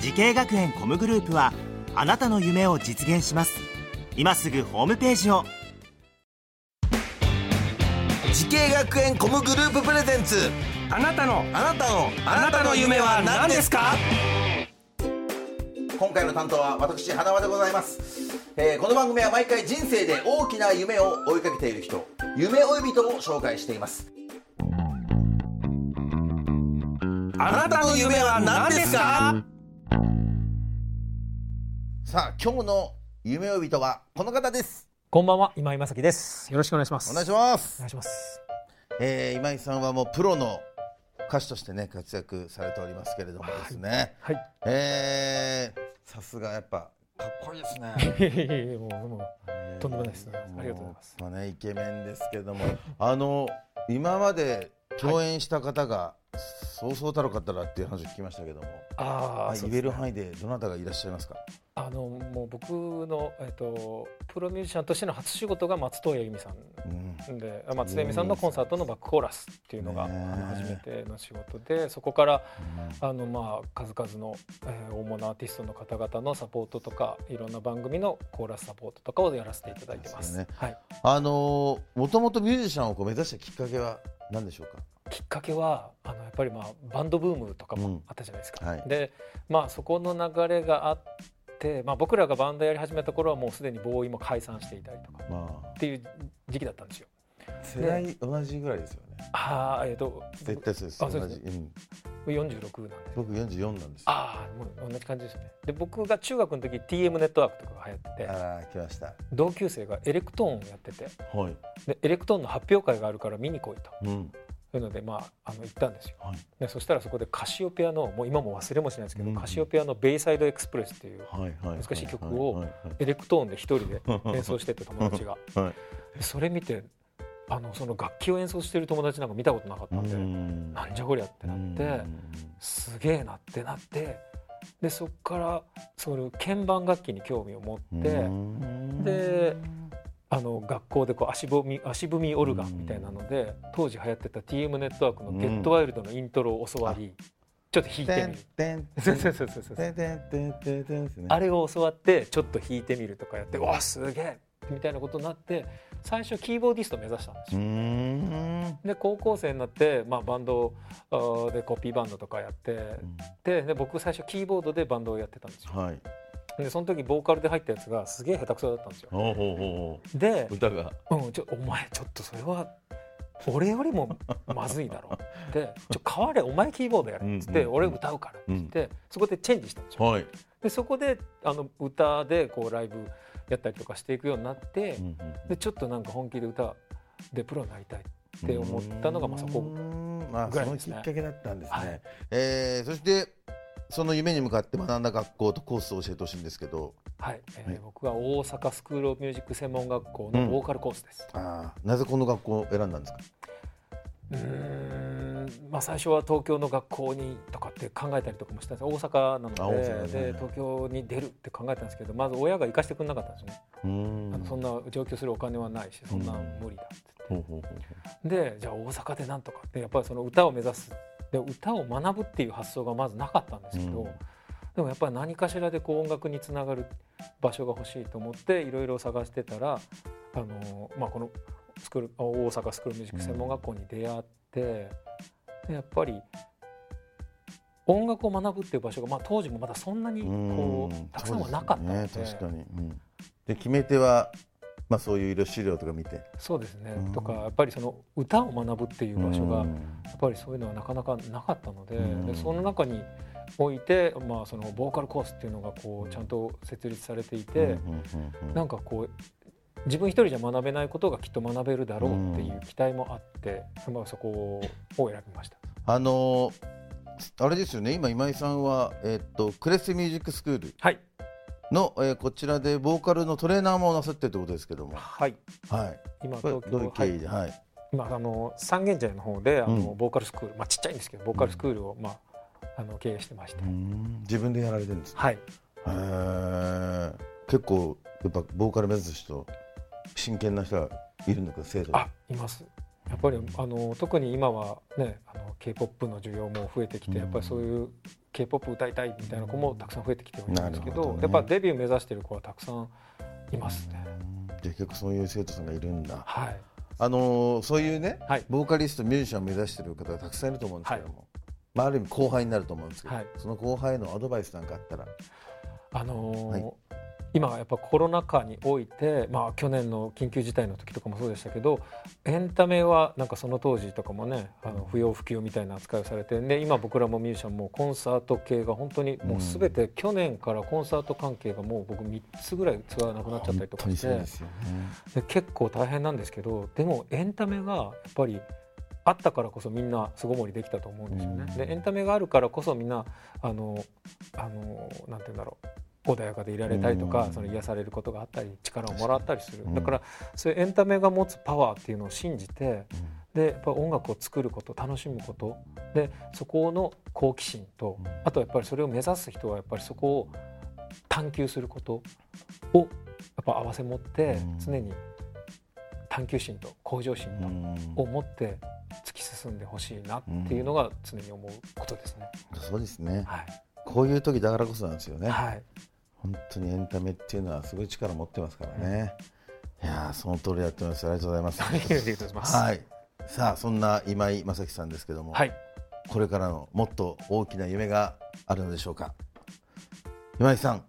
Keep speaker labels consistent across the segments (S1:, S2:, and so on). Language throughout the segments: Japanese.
S1: 時系学園コムグループはあなたの夢を実現します今すぐホームページを
S2: 時系学園コムグループプレゼンツ
S3: あなたの
S2: あなたの
S3: あなたの夢は何ですか
S2: 今回の担当は私花輪でございます、えーこの番組は毎回人生で大きな夢を追いかけている人夢追い人を紹介しています
S3: あなたの夢は何ですか
S2: さあ今日の夢追い人はこの方です
S4: こんばんは、今井正樹です。よろしくお願いします。
S2: お願いし
S4: お
S2: ます
S4: 願いします。
S2: えー今井さんはもうプロの歌手としてね活躍されておりますけれどもですね、
S4: はい。
S2: えーさすがやっぱかっこいいですね
S4: いえいえいえもう、もう、とんでもないです。あ
S2: も
S4: りがとうございます。。
S2: まあねイケメンですけども、あの今まで共演した方が、そうそうたる方だっていう話を聞きましたけども、
S4: あ
S2: あ
S4: あ、そう
S2: 言え
S4: です
S2: る
S4: ね
S2: 範囲でどなたがいらっしゃいますか。
S4: あの、もう、僕の、えっと、プロミュージシャンとしての初仕事が松任谷由実さん。
S2: うん、
S4: で、あ松任谷由実さんのコンサートのバックコーラスっていうのが、あの初めての仕事で、そこから。あのまあ数々の、えー、大物アーティストの方々のサポートとかいろんな番組のコーラスサポートとかをやらせていただいてま
S2: です
S4: す。
S2: よね
S4: はい、
S2: あのもともとミュージシャンをこう目指したきっかけは何でしょうか。
S4: きっかけはあのやっぱり、まあ、バンドブームとか
S2: うん
S4: もあったじゃないですか。
S2: はい
S4: で、まあ、そこの流れがあって、まあ、僕らがバンドやり始めた頃はもうすでにボーイも解散していたりとかっ
S2: ま
S4: ていう時期だったんですよ。
S2: あ世代同じぐらいですよね。
S4: ああえっ、と
S2: 絶対そうです。
S4: あそう
S2: 同
S4: で
S2: じ。
S4: す
S2: うん、
S4: 46なんで。
S2: 僕四十四なんです。あ
S4: ああもう同じ感じですよね。で僕が中学の時 TM ネットワークとかが流行ってて
S2: ら来ました。
S4: 同級生がエレクトーンをやってて
S2: はい。
S4: でエレクトーンの発表会があるから見に来いと
S2: うん。
S4: いうので、まあ、あの行ったんですよ。
S2: はい。
S4: でそしたらそこでカシオペアのもう今も忘れもしないですけど、
S2: うん
S4: カシオペアの「ベイサイドエクスプレス」っていう
S2: はい。はい。
S4: 難しい曲を
S2: はいはい
S4: エレクトーンで一人で
S2: はい
S4: 演奏してて友達が
S2: はい。
S4: それ見てあのその楽器を演奏してる友達なんか見たことなかったんで、
S2: ん
S4: なんじゃこりゃってなって、
S2: うん
S4: すげえなってなってでそっからその鍵盤楽器に興味を持って、
S2: うん
S4: であの学校でこう足踏み足踏みオルガンみたいなので、当時流行ってた TM ネットワークの「ゲットワイルドのイントロを教わり、ちょっと弾いてみる。
S2: てん
S4: そうそうそうそうそう
S2: てんてんてんてんてんですね
S4: あれを教わってちょっと弾いてみるとかやってうわすげえみたいなことになって最初キーボーディストを目指したんです
S2: うー
S4: よ。
S2: ん
S4: で高校生になって、まあ、バンドあーでコピーバンドとかやってでで僕最初キーボードでバンドをやってたんですよ
S2: はい
S4: でその時ボーカルで入ったやつがすげえ下手くそだったんですよ
S2: ほうほうほ
S4: で
S2: う歌が
S4: 「うん、ちょお前ちょっとそれは俺よりもまずいだろ」 でちょ代われお前キーボードやれ」っつって
S2: う
S4: 「
S2: んうん
S4: 俺歌うから」って言ってそこでチェンジしたんですよ。
S2: はい
S4: でそこであの歌でこうライブやったりとかしていくようになって、
S2: うんうん
S4: でちょっとなんか本気で歌でプロになりたいって思ったのがまあそうこ
S2: ーんまあ
S4: ぐら
S2: そ
S4: い
S2: の
S4: です
S2: き
S4: ね
S2: っかけだったんです
S4: は
S2: ね
S4: い
S2: えーそしてその夢に向かって学んだ学校とコースを教えてほしいんですけど
S4: はい、えー
S2: はい
S4: 僕は大阪スクール・オブ・ミュージック専門学校のボーカルコースです。
S2: あーなぜこの学校を選んだんですか
S4: うーんまあ、最初は東京の学校にとかって考えたりとかもしたんです大阪なの
S2: あ
S4: で
S2: 大阪ね
S4: で東京に出るって考えたんですけどまず親が行かしてくれなかったんですよね、
S2: うーん
S4: あのそんな上京するお金はないしそんな無理だって言って
S2: ほうほうほう
S4: でじゃあ大阪でなんとかってやっぱりその歌を目指すで歌を学ぶっていう発想がまずなかったんですけど、
S2: うん
S4: でもやっぱり何かしらでこう音楽につながる場所が欲しいと思っていろいろ探してたらあの、まあ、このスクール大阪スクールミュージック専門学校に出会って、でやっぱり音楽を学ぶっていう場所が、まあ、当時もまだそんなにこう
S2: うん
S4: たくさんはなかったので
S2: そうですね確かにうんで決め手はまあそういう色資料とか見て
S4: そうですね、
S2: うん
S4: とかやっぱりその歌を学ぶっていう場所が、
S2: うん
S4: やっぱりそういうのはなかなかなかったので,、
S2: うん
S4: でその中において、まあ、そのボーカルコースっていうのがこうちゃんと設立されていて、
S2: うんうんうんうん
S4: なんかこう自分一人じゃ学べないことがきっと学べるだろうっていう期待もあって、まあ、そこを選びました。
S2: あのーあれですよね今今井さんは、えっとクレスミュージックスクール
S4: はい
S2: の、えーこちらでボーカルのトレーナーもなさってるってことですけども、
S4: はい
S2: はい、
S4: 今
S2: これ
S4: 東京
S2: どういう経緯で、はい
S4: まあ、あの三軒茶屋の方であの、
S2: うん
S4: ボーカルスクール、まあ、ちっちゃいんですけどボーカルスクールを、まあ、あの経営してまして、
S2: うん自分でやられてるんですね
S4: はい
S2: へー結構やっぱボーカル目指す人真剣な人がいるんだけど生徒
S4: あいますやっぱりあの特に今はねあの k p o p の需要も増えてきて、
S2: うん
S4: やっぱりそういう k p o p 歌いたいみたいな子もたくさん増えてきてはいるんですけ
S2: なる
S4: ど
S2: ほどね
S4: やっぱデビュー目指してる子はたくさんいますね。
S2: じゃあ結構そういう生徒さんがいるんだ
S4: はい、
S2: あのーそういうね、
S4: はい
S2: ボーカリストミュージシャンを目指してる方がたくさんいると思うんですけども、まあ、ある意味後輩になると思うんですけど、
S4: はい
S2: その後輩のアドバイスなんかあったら、
S4: あのー
S2: はい
S4: 今はやっぱコロナ禍において、まあ、去年の緊急事態の時とかもそうでしたけどエンタメはなんかその当時とかもねあの不要不急みたいな扱いをされてで今僕らもミュージシャンもコンサート系が本当にもう全て去年からコンサート関係がもう僕3つぐらいツアーなくなっちゃったりとかして
S2: すよね
S4: で結構大変なんですけどでもエンタメがやっぱりあったからこそみんな巣ごもりできたと思うんですよね。
S2: うん
S4: でエンタメがあるからこそみんなあのあのなんて言うんだろう穏やかでいられたりとか、
S2: うん
S4: その癒されることがあったり力をもらったりする
S2: 確かに
S4: だからそういうエンタメが持つパワーっていうのを信じてでやっぱ音楽を作ること楽しむことでそこの好奇心と
S2: うん
S4: あとやっぱりそれを目指す人はやっぱりそこを探求することをやっぱ合わせ持って
S2: うん
S4: 常に探求心と向上心
S2: う
S4: と
S2: ん
S4: を持って突き進んでほしいなっていうのが常に思うことですね。
S2: そうですね
S4: は
S2: こういう時だからこそなんですよ
S4: い、
S2: ね、
S4: はい、
S2: 本当にエンタメっていうのはすごい力持ってますからね、いやーその通りやってますありがとうございます
S4: ありがとうございます。
S2: はいさあそんな今井正樹さんですけども、
S4: はい、
S2: これからのもっと大きな夢があるのでしょうか今井さん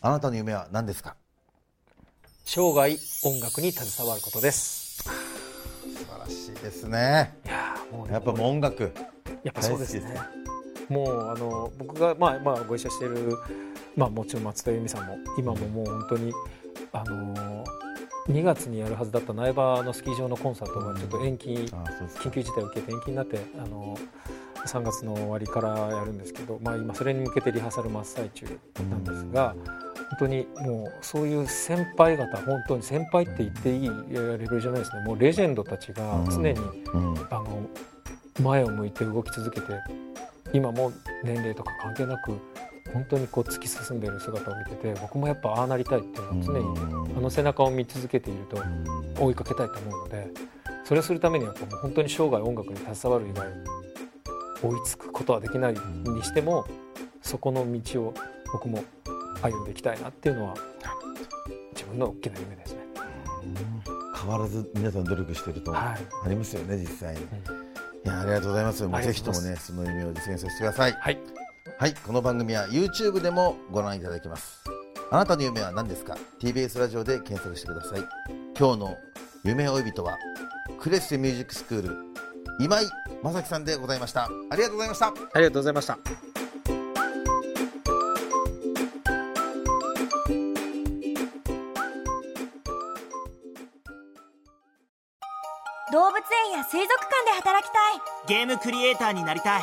S2: あなたの夢は何ですか
S4: 生涯音楽に携わることです。
S2: 素晴らしいですね
S4: いやーもうね
S2: やっぱもう音楽
S4: やっぱそうです
S2: 大
S4: ね。もうあの僕がまあまあご一緒しているまあもちろん松田由美さんも今ももう本当にあの2月にやるはずだった苗場のスキー場のコンサートがちょっと延期、
S2: あそうです
S4: 緊急事態を受けて延期になってあの3月の終わりからやるんですけど、まあ、今それに向けてリハーサル真っ最中なんですが、本当にもうそういう先輩方本当に先輩って言っていいレベルじゃないですねもうレジェンドたちが常に、
S2: うん
S4: あの前を向いて動き続けて今も年齢とか関係なく本当にこう突き進んでいる姿を見てて僕もやっぱああなりたいっていうのは常にあの背中を見続けていると追いかけたいと思うのでそれをするためにはもう本当に生涯音楽に携わる以外追いつくことはできないにしてもそこの道を僕も歩んでいきたいなっていうのは自分の大きな夢ですね。
S2: 変わらず皆さん努力してるとあ
S4: はい
S2: りますよね実際に、いやありがとうございますもう
S4: あり
S2: ぜ
S4: が
S2: ひ
S4: とう
S2: とも
S4: ございます
S2: ねその夢を実現させてください
S4: はい
S2: はい、この番組は YouTube でもご覧いただけます。あなたの夢は何ですか ?TBS ラジオで検索してください。今日の夢追い人は、クレッセミュージックスクール、今井正樹さんでございました。ありがとうございました。
S5: ありがとうございました
S6: 動物園や水族館で働きたい
S1: ゲームクリエイターになりたい